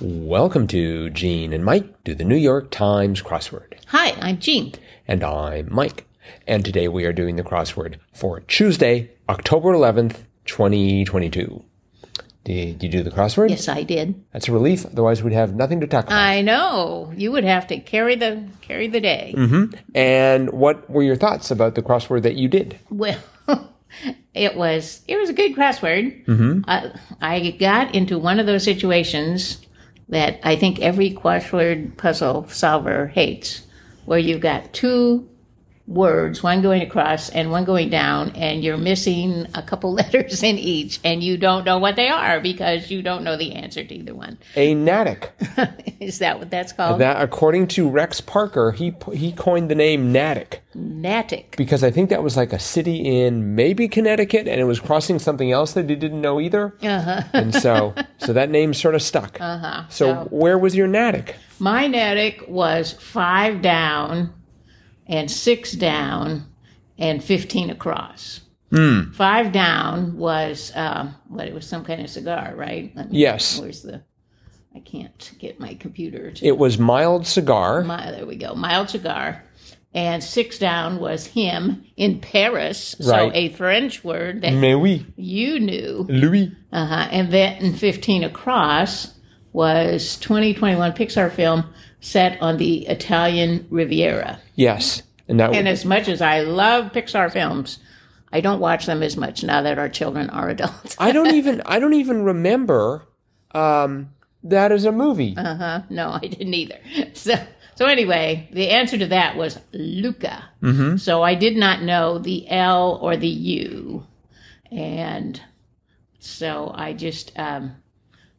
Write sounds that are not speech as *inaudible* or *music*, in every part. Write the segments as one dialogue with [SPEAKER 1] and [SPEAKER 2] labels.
[SPEAKER 1] Welcome to Gene and Mike do the New York Times crossword.
[SPEAKER 2] Hi, I'm Jean.
[SPEAKER 1] And I'm Mike. And today we are doing the crossword for Tuesday, October 11th, 2022. Did you do the crossword?
[SPEAKER 2] Yes, I did.
[SPEAKER 1] That's a relief. Otherwise, we'd have nothing to talk about.
[SPEAKER 2] I know you would have to carry the carry the day.
[SPEAKER 1] and what were your thoughts about the crossword that you did?
[SPEAKER 2] Well, *laughs* it was it was a good crossword. I, I got into one of those situations that I think every crossword puzzle solver hates, where you've got two words, one going across and one going down, and you're missing a couple *laughs* letters in each, and you don't know what they are because you don't know the answer to either one. *laughs*
[SPEAKER 1] A Natick.
[SPEAKER 2] Is that what that's called?
[SPEAKER 1] That, according to Rex Parker, he he coined the name Natick
[SPEAKER 2] Natic.
[SPEAKER 1] because I think that was like a city in maybe Connecticut, and it was crossing something else that he didn't know either.
[SPEAKER 2] Uh-huh.
[SPEAKER 1] and
[SPEAKER 2] *laughs*
[SPEAKER 1] so, so that name sort of stuck. Uh-huh. So, where was your Natick?
[SPEAKER 2] My Natick was five down and six down and 15 across. Five down was, um, what, it was some kind of cigar, right? Let me-
[SPEAKER 1] Yes.
[SPEAKER 2] Where's the, I can't get my computer to,
[SPEAKER 1] It was mild cigar.
[SPEAKER 2] my, there we go, mild cigar. And six down was him in Paris. So
[SPEAKER 1] Right. Mm-hmm.
[SPEAKER 2] a French word that
[SPEAKER 1] Mais oui,
[SPEAKER 2] you knew.
[SPEAKER 1] Louis.
[SPEAKER 2] Uh-huh. And then 15 Across was 2021 Pixar film set on the Italian Riviera.
[SPEAKER 1] Yes, and that
[SPEAKER 2] And as much as I love Pixar films, I don't watch them as much now that our children are *laughs* adults.
[SPEAKER 1] I don't even I don't even remember um, that as a movie.
[SPEAKER 2] Uh-huh. *laughs* No, I didn't either. So so anyway, the answer to that was Luca. So I did not know the L or the U. And so I just um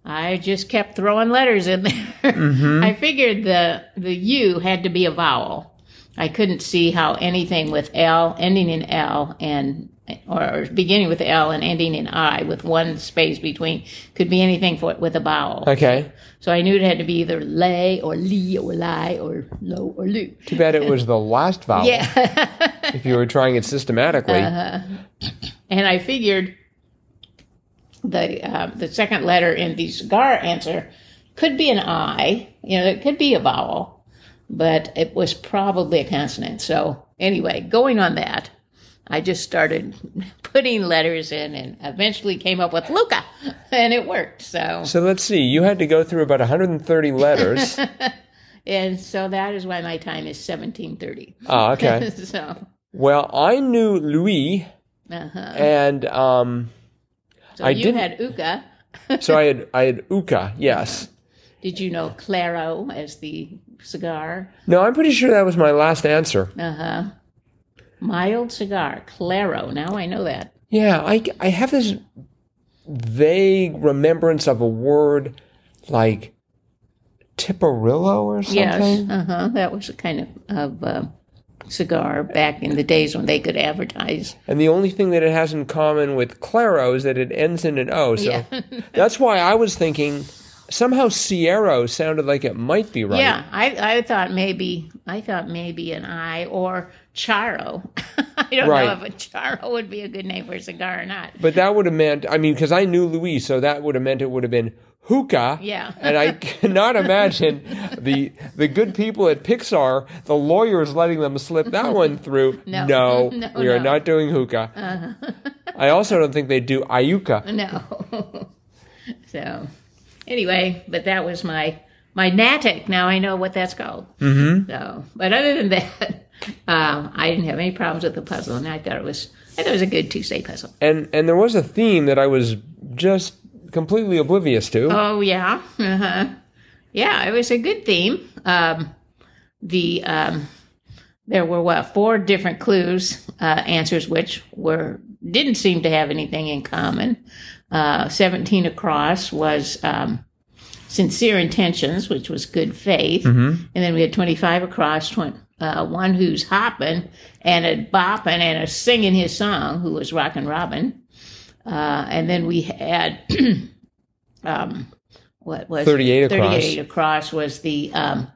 [SPEAKER 2] I just kept throwing letters in there. *laughs* I figured the the U had to be a vowel. I couldn't see how anything with L ending in L and or beginning with L and ending in I with one space between could be anything for, with a vowel.
[SPEAKER 1] Okay,
[SPEAKER 2] So I knew it had to be either lay or lee or lie or low or loo.
[SPEAKER 1] too bad it was the last vowel.
[SPEAKER 2] Yeah. *laughs* Uh-huh.
[SPEAKER 1] If you were trying it systematically,
[SPEAKER 2] and I figured the uh, the second letter in the cigar answer could be an I. You know, it could be a vowel, but it was probably a consonant. So anyway, going on that, I just started *laughs* putting letters in and eventually came up with Luca, *laughs* and it worked. So
[SPEAKER 1] so let's see. You had to go through about 130
[SPEAKER 2] *laughs*
[SPEAKER 1] letters.
[SPEAKER 2] and so that is why my time is seventeen thirty.
[SPEAKER 1] Ah, okay.
[SPEAKER 2] *laughs* so.
[SPEAKER 1] Well, I knew Louis,
[SPEAKER 2] Uh-huh.
[SPEAKER 1] and um,
[SPEAKER 2] So
[SPEAKER 1] I
[SPEAKER 2] you
[SPEAKER 1] didn't-
[SPEAKER 2] had Uka. *laughs*
[SPEAKER 1] so I had I had Uka. Yes.
[SPEAKER 2] Did you know Claro as the cigar?
[SPEAKER 1] No, I'm pretty sure that was my last answer.
[SPEAKER 2] Uh huh. Mild cigar, Claro. Now I know that.
[SPEAKER 1] Yeah, I I have this vague remembrance of a word like Tipperillo or something.
[SPEAKER 2] Yes. Uh huh. That was a kind of of uh, cigar back in the days when they could advertise.
[SPEAKER 1] And the only thing that it has in common with Claro is that it ends in an O. So that's why I was thinking somehow Sierra sounded like it might be right.
[SPEAKER 2] Yeah, I I thought maybe I thought maybe an I or Charo. *laughs* I don't know
[SPEAKER 1] Right.
[SPEAKER 2] if a Charo would be a good name for a cigar or not.
[SPEAKER 1] But that would have meant, I mean, because I knew Louis, so that would have meant it would have been hookah.
[SPEAKER 2] Yeah.
[SPEAKER 1] *laughs* and I cannot imagine the the good people at Pixar, the lawyers letting them slip that
[SPEAKER 2] *laughs*
[SPEAKER 1] one through.
[SPEAKER 2] No. *laughs* No,
[SPEAKER 1] we are
[SPEAKER 2] no. Uh-huh.
[SPEAKER 1] not doing hookah.
[SPEAKER 2] *laughs*
[SPEAKER 1] I also don't think they do ayuka.
[SPEAKER 2] No. so anyway, but that was my my Natic. Now I know what that's called. Mm-hmm. So, but other than *laughs* that, um, I didn't have any problems with the puzzle, and I thought it was I thought it was a good Tuesday puzzle.
[SPEAKER 1] And and there was a theme that I was just completely oblivious to.
[SPEAKER 2] Oh yeah, uh-huh. yeah, it was a good theme. Um, the um, there were what four different clues, uh, answers which were didn't seem to have anything in common. Uh, Seventeen across was um, sincere intentions, which was good faith, and then we had twenty-five across. Tw- uh, one who's hopping and a bopping and a singing his song, who was rockin' Robin. Uh, and then we had *clears throat* um, what was
[SPEAKER 1] 38 across.
[SPEAKER 2] 38 across was the um,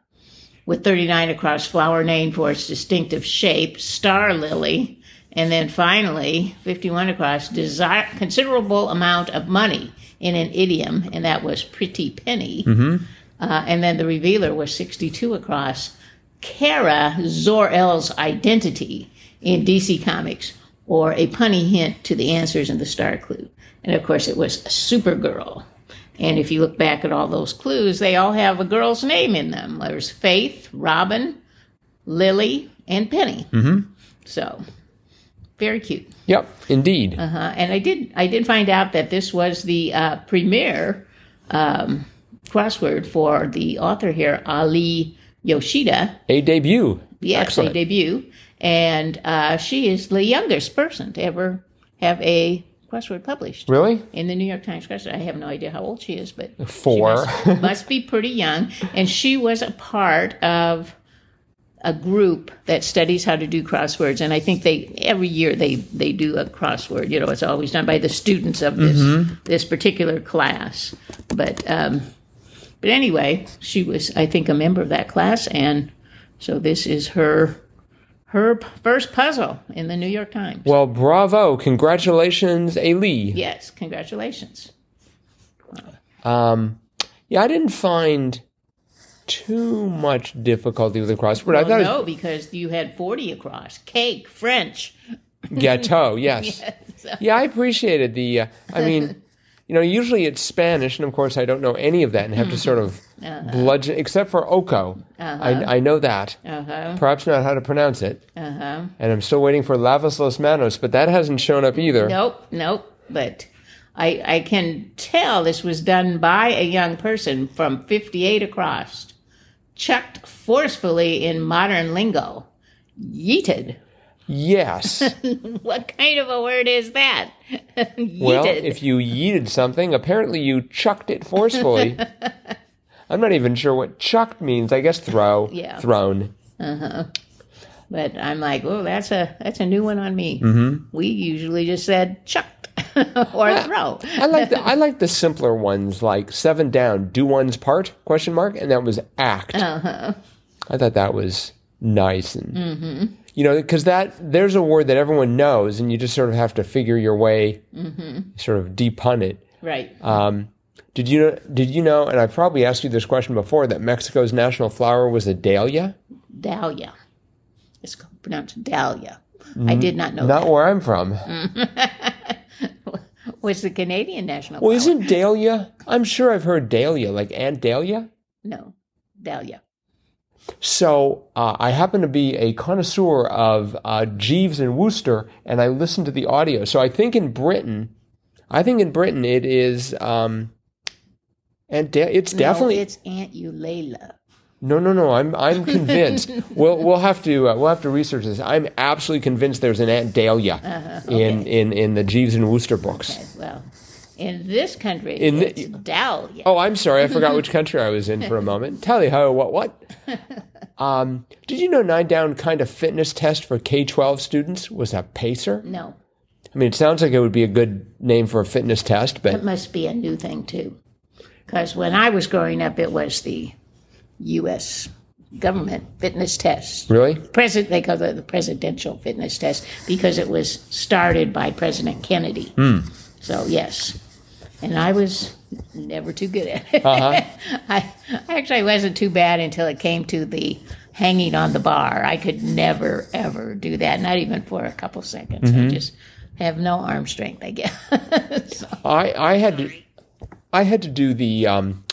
[SPEAKER 2] with 39 across flower named for its distinctive shape star lily And then finally, 51 across, desire, considerable amount of money in an idiom, and that was pretty penny. Uh, and then the revealer was 62 across, Kara Zor-El's identity in DC Comics, or a punny hint to the answers in the star clue. And of course, it was Supergirl. And if you look back at all those clues, they all have a girl's name in them. There's Faith, Robin, Lily, and Penny. Mm-hmm. So, very cute.
[SPEAKER 1] Yep, indeed.
[SPEAKER 2] Uh, and I did I did find out that this was the uh, premier um, crossword for the author here, Ali Yoshida.
[SPEAKER 1] A debut.
[SPEAKER 2] Yes,
[SPEAKER 1] Excellent.
[SPEAKER 2] a debut, and uh, she is the youngest person to ever have a crossword published
[SPEAKER 1] really?
[SPEAKER 2] in the New York Times crossword. I have no idea how old she is, but
[SPEAKER 1] *laughs*
[SPEAKER 2] she
[SPEAKER 1] Four. *laughs*
[SPEAKER 2] must, must be pretty young. And she was a part of a group that studies how to do crosswords. And I think they every year they they do a crossword. You know, it's always done by the students of this
[SPEAKER 1] Mm-hmm.
[SPEAKER 2] this particular class. But um, but anyway, she was I think a member of that class, and so this is her. Her p- first puzzle in the New York Times.
[SPEAKER 1] Well, bravo. Congratulations, Ali.
[SPEAKER 2] yes, congratulations.
[SPEAKER 1] Um, yeah, I didn't find too much difficulty with the crossword. I
[SPEAKER 2] Well,
[SPEAKER 1] thought
[SPEAKER 2] Oh, no, because you had 40 across. Cake, French.
[SPEAKER 1] it was
[SPEAKER 2] *laughs*
[SPEAKER 1] gâteau, yes.
[SPEAKER 2] So-
[SPEAKER 1] Yeah, I appreciated the, uh, I mean, you know, usually it's Spanish, and of course I don't know any of that and have to sort
[SPEAKER 2] *laughs*
[SPEAKER 1] of bludgeon, except for Oco. I, I know that.
[SPEAKER 2] Uh-huh,
[SPEAKER 1] Perhaps not how to pronounce it.
[SPEAKER 2] uh-huh.
[SPEAKER 1] And I'm still waiting for Lavas Los Manos, but that hasn't shown up either.
[SPEAKER 2] Nope, nope. But I, I can tell this was done by a young person from 58 across, chucked forcefully in modern lingo. Yeeted. *laughs*
[SPEAKER 1] Yes.
[SPEAKER 2] What kind of a word is that? *laughs* Yeeted.
[SPEAKER 1] Well, if you yeeted something, apparently you chucked it forcefully. I'm not even sure what chucked means. I guess throw,
[SPEAKER 2] Yeah.
[SPEAKER 1] thrown.
[SPEAKER 2] But I'm like, oh, that's a that's a new one on me. Mm-hmm. We usually just said chucked *laughs* or
[SPEAKER 1] *laughs*
[SPEAKER 2] throw.
[SPEAKER 1] I like the I like the simpler ones, like seven down, do one's part question mark, and that was act. I thought that was nice and you know because that there's a word that everyone knows, and you just sort of have to figure your way, sort of depun it.
[SPEAKER 2] Right.
[SPEAKER 1] Um, did you did you know? And I probably asked you this question before that Mexico's national flower was a dahlia.
[SPEAKER 2] Dahlia. It's called- pronounced Dahlia. I
[SPEAKER 1] mm-hmm.
[SPEAKER 2] did not know
[SPEAKER 1] Not where I'm from.
[SPEAKER 2] that. Was the Canadian national
[SPEAKER 1] Well,
[SPEAKER 2] flower?
[SPEAKER 1] isn't Dahlia? I'm sure I've heard Dahlia, like Aunt Dahlia.
[SPEAKER 2] No, Dahlia.
[SPEAKER 1] So uh, I happen to be a connoisseur of uh, Jeeves and Wooster, and I listen to the audio. So I think in Britain, I think in Britain it is, um, and da- it's definitely
[SPEAKER 2] No, it's Aunt Eulalia.
[SPEAKER 1] No, no, no. I'm I'm convinced. we'll we'll have to uh, we'll have to research this. I'm absolutely convinced there's an Aunt Dahlia in, in in the Jeeves and Wooster books.
[SPEAKER 2] Well, in this country,
[SPEAKER 1] In the-
[SPEAKER 2] it's Dahlia.
[SPEAKER 1] Oh, I'm sorry. I forgot which country I was in for a moment. Tally ho, what what? Um, did you know nine down kind of fitness test for K twelve students was a pacer?
[SPEAKER 2] No,
[SPEAKER 1] I mean, it sounds like it would be a good name for a fitness test, but
[SPEAKER 2] it must be a new thing, too. Because when I was growing up, it was the U.S. government fitness test.
[SPEAKER 1] really,
[SPEAKER 2] President, they call it the presidential fitness test because it was started by President Kennedy. So yes, and I was never too good at it. *laughs* I actually wasn't too bad until it came to the hanging on the bar. I could never ever do that, not even for a couple seconds. I just have no arm strength, I guess. *laughs*
[SPEAKER 1] I I had to, I had to do the um,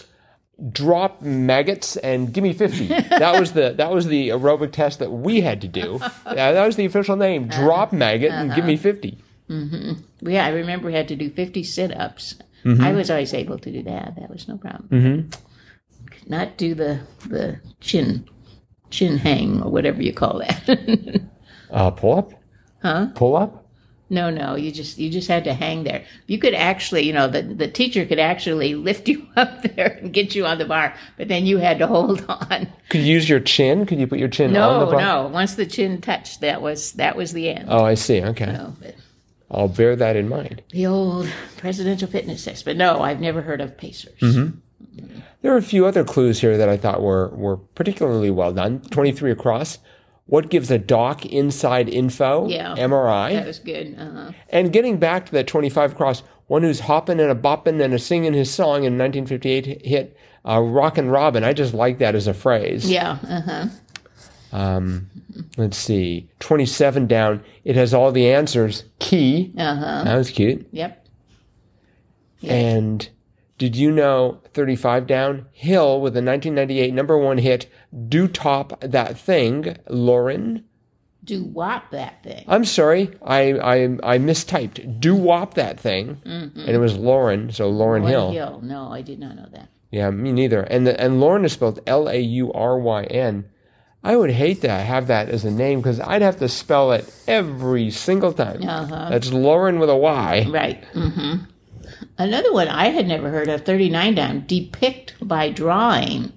[SPEAKER 1] drop maggots and give me fifty. that was the that was the aerobic test that we had to do. Yeah, that was the official name: drop maggot and give me fifty.
[SPEAKER 2] yeah, I remember we had to do 50 sit ups.
[SPEAKER 1] Mm-hmm.
[SPEAKER 2] I was always able to do that. That was no problem.
[SPEAKER 1] Mm-hmm.
[SPEAKER 2] Could not do the, the chin chin hang or whatever you call that. *laughs*
[SPEAKER 1] Uh, pull up, huh? Pull up.
[SPEAKER 2] no, no, you just you just had to hang there. You could actually, you know, the, the teacher could actually *laughs* lift you up there and get you on the bar, but then you had to hold *laughs* on.
[SPEAKER 1] Could you use your chin? Could you put your chin on the
[SPEAKER 2] No,
[SPEAKER 1] bar?
[SPEAKER 2] no. Once the chin touched, that was that was the end.
[SPEAKER 1] Oh, I see. Okay,
[SPEAKER 2] No, but
[SPEAKER 1] I'll bear that in mind.
[SPEAKER 2] the old presidential fitness test. But no, I've never heard of pacers.
[SPEAKER 1] Mm-hmm. There are a few other clues here that I thought were were particularly well done. Twenty three across What gives a doc inside info?
[SPEAKER 2] Yeah.
[SPEAKER 1] MRI.
[SPEAKER 2] That was good. Uh-huh.
[SPEAKER 1] And getting back to that 25 cross, one who's hopping and a bopping and a singing his song in 1958 hit uh, Rockin' Robin. I just like that as a phrase.
[SPEAKER 2] Yeah. Uh-huh.
[SPEAKER 1] Um, let's see. 27 down. It has all the answers. Key.
[SPEAKER 2] Uh-huh.
[SPEAKER 1] That was cute.
[SPEAKER 2] Yep.
[SPEAKER 1] And did you know 35 down? Hill with a 1998 number one hit, Do Top That Thing, Lauren.
[SPEAKER 2] Do wop that thing.
[SPEAKER 1] I'm sorry, I I, I mistyped. Do wop that thing, and it was Lauren. So Lauren Hill.
[SPEAKER 2] Lauren Hill. No, I did not know that.
[SPEAKER 1] Yeah, me neither. And the, and Lauren is spelled L A U R Y N. I would hate to have that as a name because I'd have to spell it every single time.
[SPEAKER 2] Uh-huh.
[SPEAKER 1] That's Lauren with a Y.
[SPEAKER 2] Right. hmm Another one I had never heard of, 39 down, depict by drawing.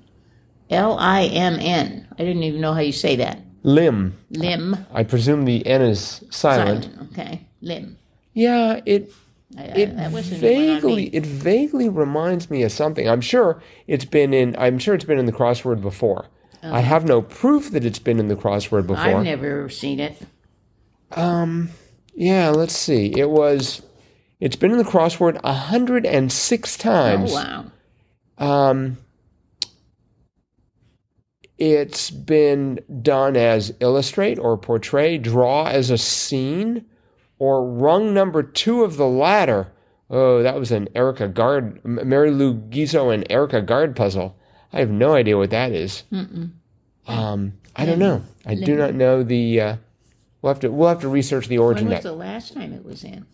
[SPEAKER 2] L I M N. I didn't even know how you say that.
[SPEAKER 1] Lim.
[SPEAKER 2] Lim.
[SPEAKER 1] I presume the N is silent.
[SPEAKER 2] Silent. Okay. Lim.
[SPEAKER 1] Yeah, it
[SPEAKER 2] I, I-
[SPEAKER 1] it
[SPEAKER 2] that was a new one on
[SPEAKER 1] vaguely
[SPEAKER 2] me.
[SPEAKER 1] it vaguely reminds me of something. I'm sure it's been in I'm sure it's been in the crossword before.
[SPEAKER 2] Oh.
[SPEAKER 1] I have no proof that it's been in the crossword before.
[SPEAKER 2] I've never seen it.
[SPEAKER 1] yeah, let's see. It was it's been in the crossword 106
[SPEAKER 2] Oh,
[SPEAKER 1] times.
[SPEAKER 2] wow.
[SPEAKER 1] Um it's been done as illustrate or portray, draw as a scene, or rung number two of the latter. Oh, that was an Erica Guard, M- Mary Lou Gizo and Erica Guard puzzle. I have no idea what that is. Um, I don't know. I do not know the. Uh, we'll have to we'll have to research the
[SPEAKER 2] When
[SPEAKER 1] origin.
[SPEAKER 2] was
[SPEAKER 1] Next.
[SPEAKER 2] the last time it was in?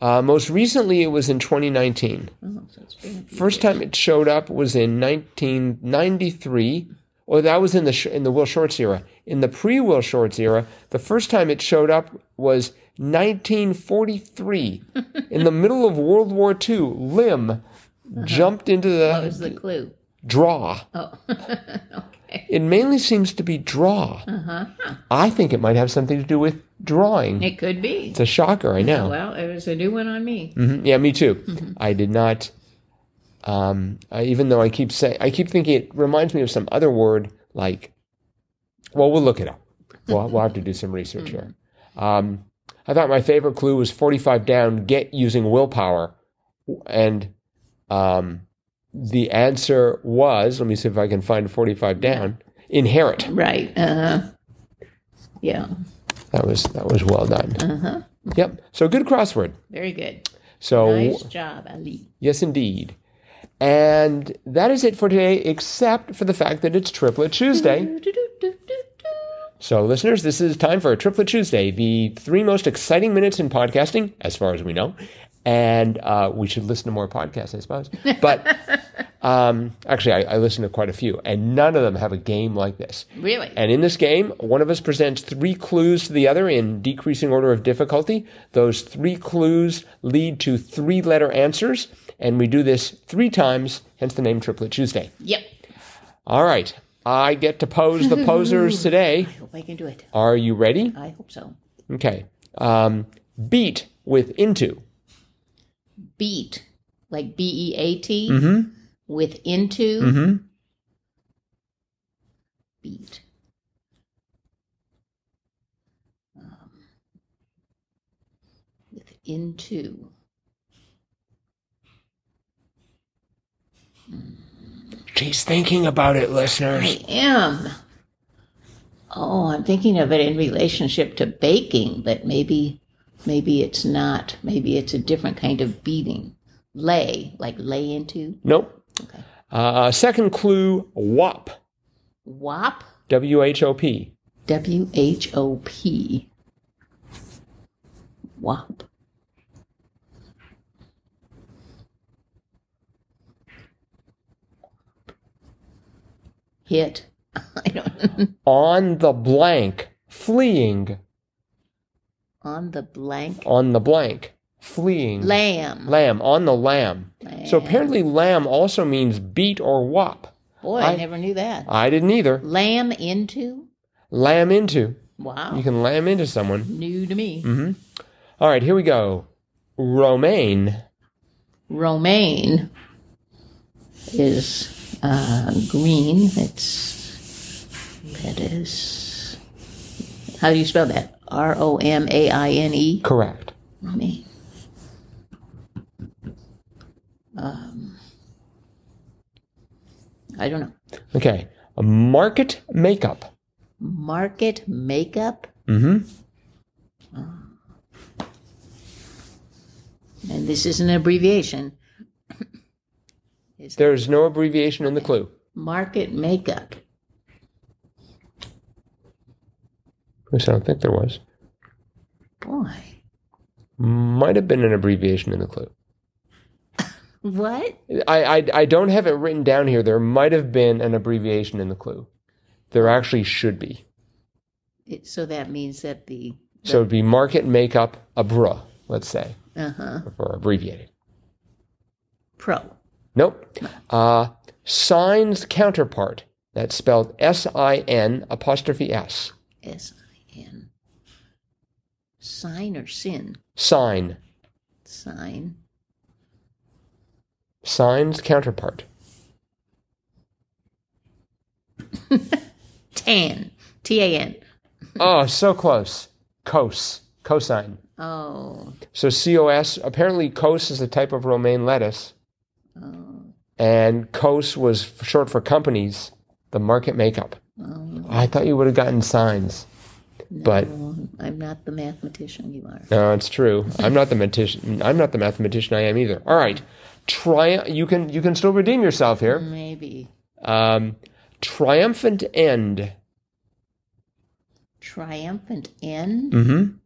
[SPEAKER 1] Uh, most recently, it was in 2019.
[SPEAKER 2] Oh, so it's been a few
[SPEAKER 1] First time it showed up was in 1993, or that was in the sh- in the Will Shorts era. In the pre Will Shorts era, the first time it showed up was
[SPEAKER 2] *laughs*
[SPEAKER 1] 1943, in the middle of World War II. Lim jumped into
[SPEAKER 2] What
[SPEAKER 1] the
[SPEAKER 2] was the clue?
[SPEAKER 1] draw.
[SPEAKER 2] Uh-huh. Oh, *laughs* okay. Uh-huh.
[SPEAKER 1] It mainly seems to be draw. I think it might have something to do with drawing.
[SPEAKER 2] It could be.
[SPEAKER 1] It's a shocker, I know.
[SPEAKER 2] Well, it was a new one on me.
[SPEAKER 1] Mhm. Yeah, me too. I did not. Um, I, even though I keep saying, I keep thinking it reminds me of some other word like. Well, we'll look it up. We'll, we'll have to do some research here. Um, I thought my favorite clue was forty-five down. Get using willpower, and um, the answer was. Let me see if I can find forty-five down. Inherit.
[SPEAKER 2] Right. Uh huh. Yeah.
[SPEAKER 1] That was that was well done. Yep. So good crossword.
[SPEAKER 2] Very good.
[SPEAKER 1] So
[SPEAKER 2] Nice job, Ali.
[SPEAKER 1] Yes, indeed. And that is it for today, except for the fact that it's Triplet
[SPEAKER 2] Mm-hmm.
[SPEAKER 1] Tuesday.
[SPEAKER 2] Do-do-do-do-do.
[SPEAKER 1] So, listeners, this is time for Triplet Tuesday, the three most exciting minutes in podcasting, as far as we know. And uh, we should listen to more podcasts, I suppose. But um, actually, I, I listen to quite a few, and none of them have a game like this.
[SPEAKER 2] Really?
[SPEAKER 1] And in this game, one of us presents three clues to the other in decreasing order of difficulty. Those three clues lead to three letter answers, and we do this three times, hence the name Triplet Tuesday.
[SPEAKER 2] Yep.
[SPEAKER 1] All right, I get to pose the posers today.
[SPEAKER 2] Hope I can do it.
[SPEAKER 1] Are you ready?
[SPEAKER 2] I hope so.
[SPEAKER 1] Okay. Um, beat with into.
[SPEAKER 2] Beat, like B E A T, with into. Beat. Um, With into.
[SPEAKER 1] She's thinking about it, listeners.
[SPEAKER 2] I am. Oh, I'm thinking of it in relationship to baking, but maybe maybe it's not. Maybe it's a different kind of beating. Lay, like lay into.
[SPEAKER 1] Nope.
[SPEAKER 2] Okay.
[SPEAKER 1] Uh, second clue WOP.
[SPEAKER 2] Wop.
[SPEAKER 1] W H O P.
[SPEAKER 2] W H O P. Wop. Hit. *laughs* I don't
[SPEAKER 1] On the blank. Fleeing.
[SPEAKER 2] on the blank.
[SPEAKER 1] on the blank, fleeing.
[SPEAKER 2] Lamb.
[SPEAKER 1] Lamb, on the lamb. So apparently, lamb also means beat or wop.
[SPEAKER 2] Boy, I,
[SPEAKER 1] I-
[SPEAKER 2] never knew that.
[SPEAKER 1] I didn't either.
[SPEAKER 2] Lamb into?
[SPEAKER 1] Lamb into.
[SPEAKER 2] Wow.
[SPEAKER 1] You can lamb into someone.
[SPEAKER 2] New to me.
[SPEAKER 1] All right, here we go. Romaine.
[SPEAKER 2] Romaine is uh, green. It's lettuce. How do you spell that? R O M A I N E.
[SPEAKER 1] Correct.
[SPEAKER 2] Let me. Um, I don't know.
[SPEAKER 1] Okay. A market makeup.
[SPEAKER 2] Market makeup. Ah. Mm-hmm. And this is an abbreviation.
[SPEAKER 1] There's no abbreviation in the clue.
[SPEAKER 2] Market makeup.
[SPEAKER 1] At least I don't think there was.
[SPEAKER 2] Boy,
[SPEAKER 1] Might have been an abbreviation in the clue.
[SPEAKER 2] what?
[SPEAKER 1] I, I, I don't have it written down here. There might have been an abbreviation in the clue. There actually should be.
[SPEAKER 2] It, so that means that the
[SPEAKER 1] So it'd be market makeup abra, let's say,
[SPEAKER 2] uh huh
[SPEAKER 1] or abbreviated.
[SPEAKER 2] pro
[SPEAKER 1] Nope. Uh, signs counterpart. That's spelled S I N apostrophe S.
[SPEAKER 2] S I N. Sign or sin?
[SPEAKER 1] Sign.
[SPEAKER 2] Sign.
[SPEAKER 1] Signs counterpart.
[SPEAKER 2] Tan. T A N.
[SPEAKER 1] Oh, so close. Cos. Cosine.
[SPEAKER 2] Oh,
[SPEAKER 1] So COS, apparently COS is a type of romaine lettuce. And COS was f- short for companies, the market makeup. I thought you would have gotten signs. But
[SPEAKER 2] well, I'm not the mathematician you are.
[SPEAKER 1] no, it's true. I'm not the mathematician. I'm not the mathematician I am either. All right. Tri- you can you can still redeem yourself here.
[SPEAKER 2] Maybe.
[SPEAKER 1] Um, triumphant end.
[SPEAKER 2] Triumphant end?
[SPEAKER 1] Mhm.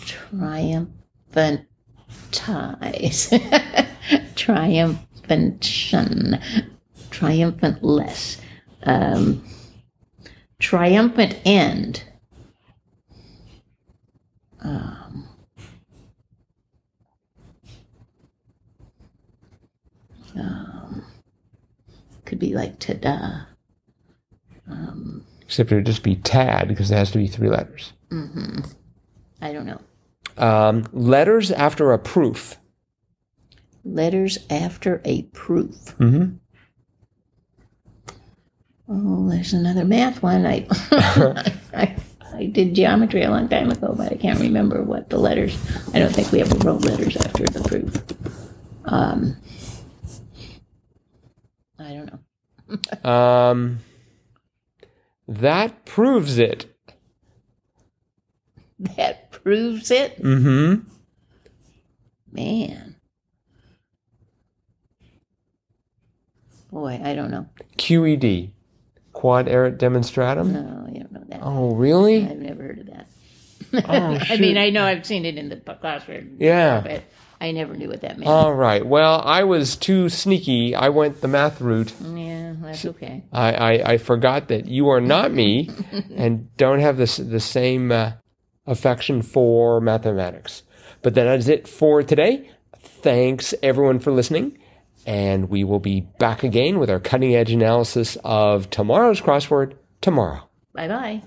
[SPEAKER 2] Triumphant *laughs* ties. Triumphantion. Triumphant less. Um, triumphant end. Um, um, could be like ta-da.
[SPEAKER 1] Except it would just be tad because it has to be three letters.
[SPEAKER 2] I don't know.
[SPEAKER 1] Um, letters after a proof.
[SPEAKER 2] Letters after a proof.
[SPEAKER 1] Mhm.
[SPEAKER 2] Oh, there's another math one. I, *laughs* I, I did geometry a long time ago, but I can't remember what the letters. I don't think we ever wrote letters after the proof. Um, I don't know. *laughs*
[SPEAKER 1] Um, that proves it.
[SPEAKER 2] That proves it,
[SPEAKER 1] Mm-hmm.
[SPEAKER 2] man. Boy, I don't know.
[SPEAKER 1] QED, E quad erit demonstratum.
[SPEAKER 2] No, I don't know that.
[SPEAKER 1] Oh, really?
[SPEAKER 2] I've never heard of that.
[SPEAKER 1] Oh,
[SPEAKER 2] *laughs* I mean, I know I've seen it in the p- classroom.
[SPEAKER 1] Yeah. Uh,
[SPEAKER 2] But I never knew what that meant.
[SPEAKER 1] All right. Well, I was too sneaky. I went the math route.
[SPEAKER 2] yeah, that's okay.
[SPEAKER 1] I, I, I forgot that you are not me, and don't have this the same uh, affection for mathematics. But that is it for today. Thanks everyone for listening, and we will be back again with our cutting edge analysis of tomorrow's crossword tomorrow.
[SPEAKER 2] Bye bye.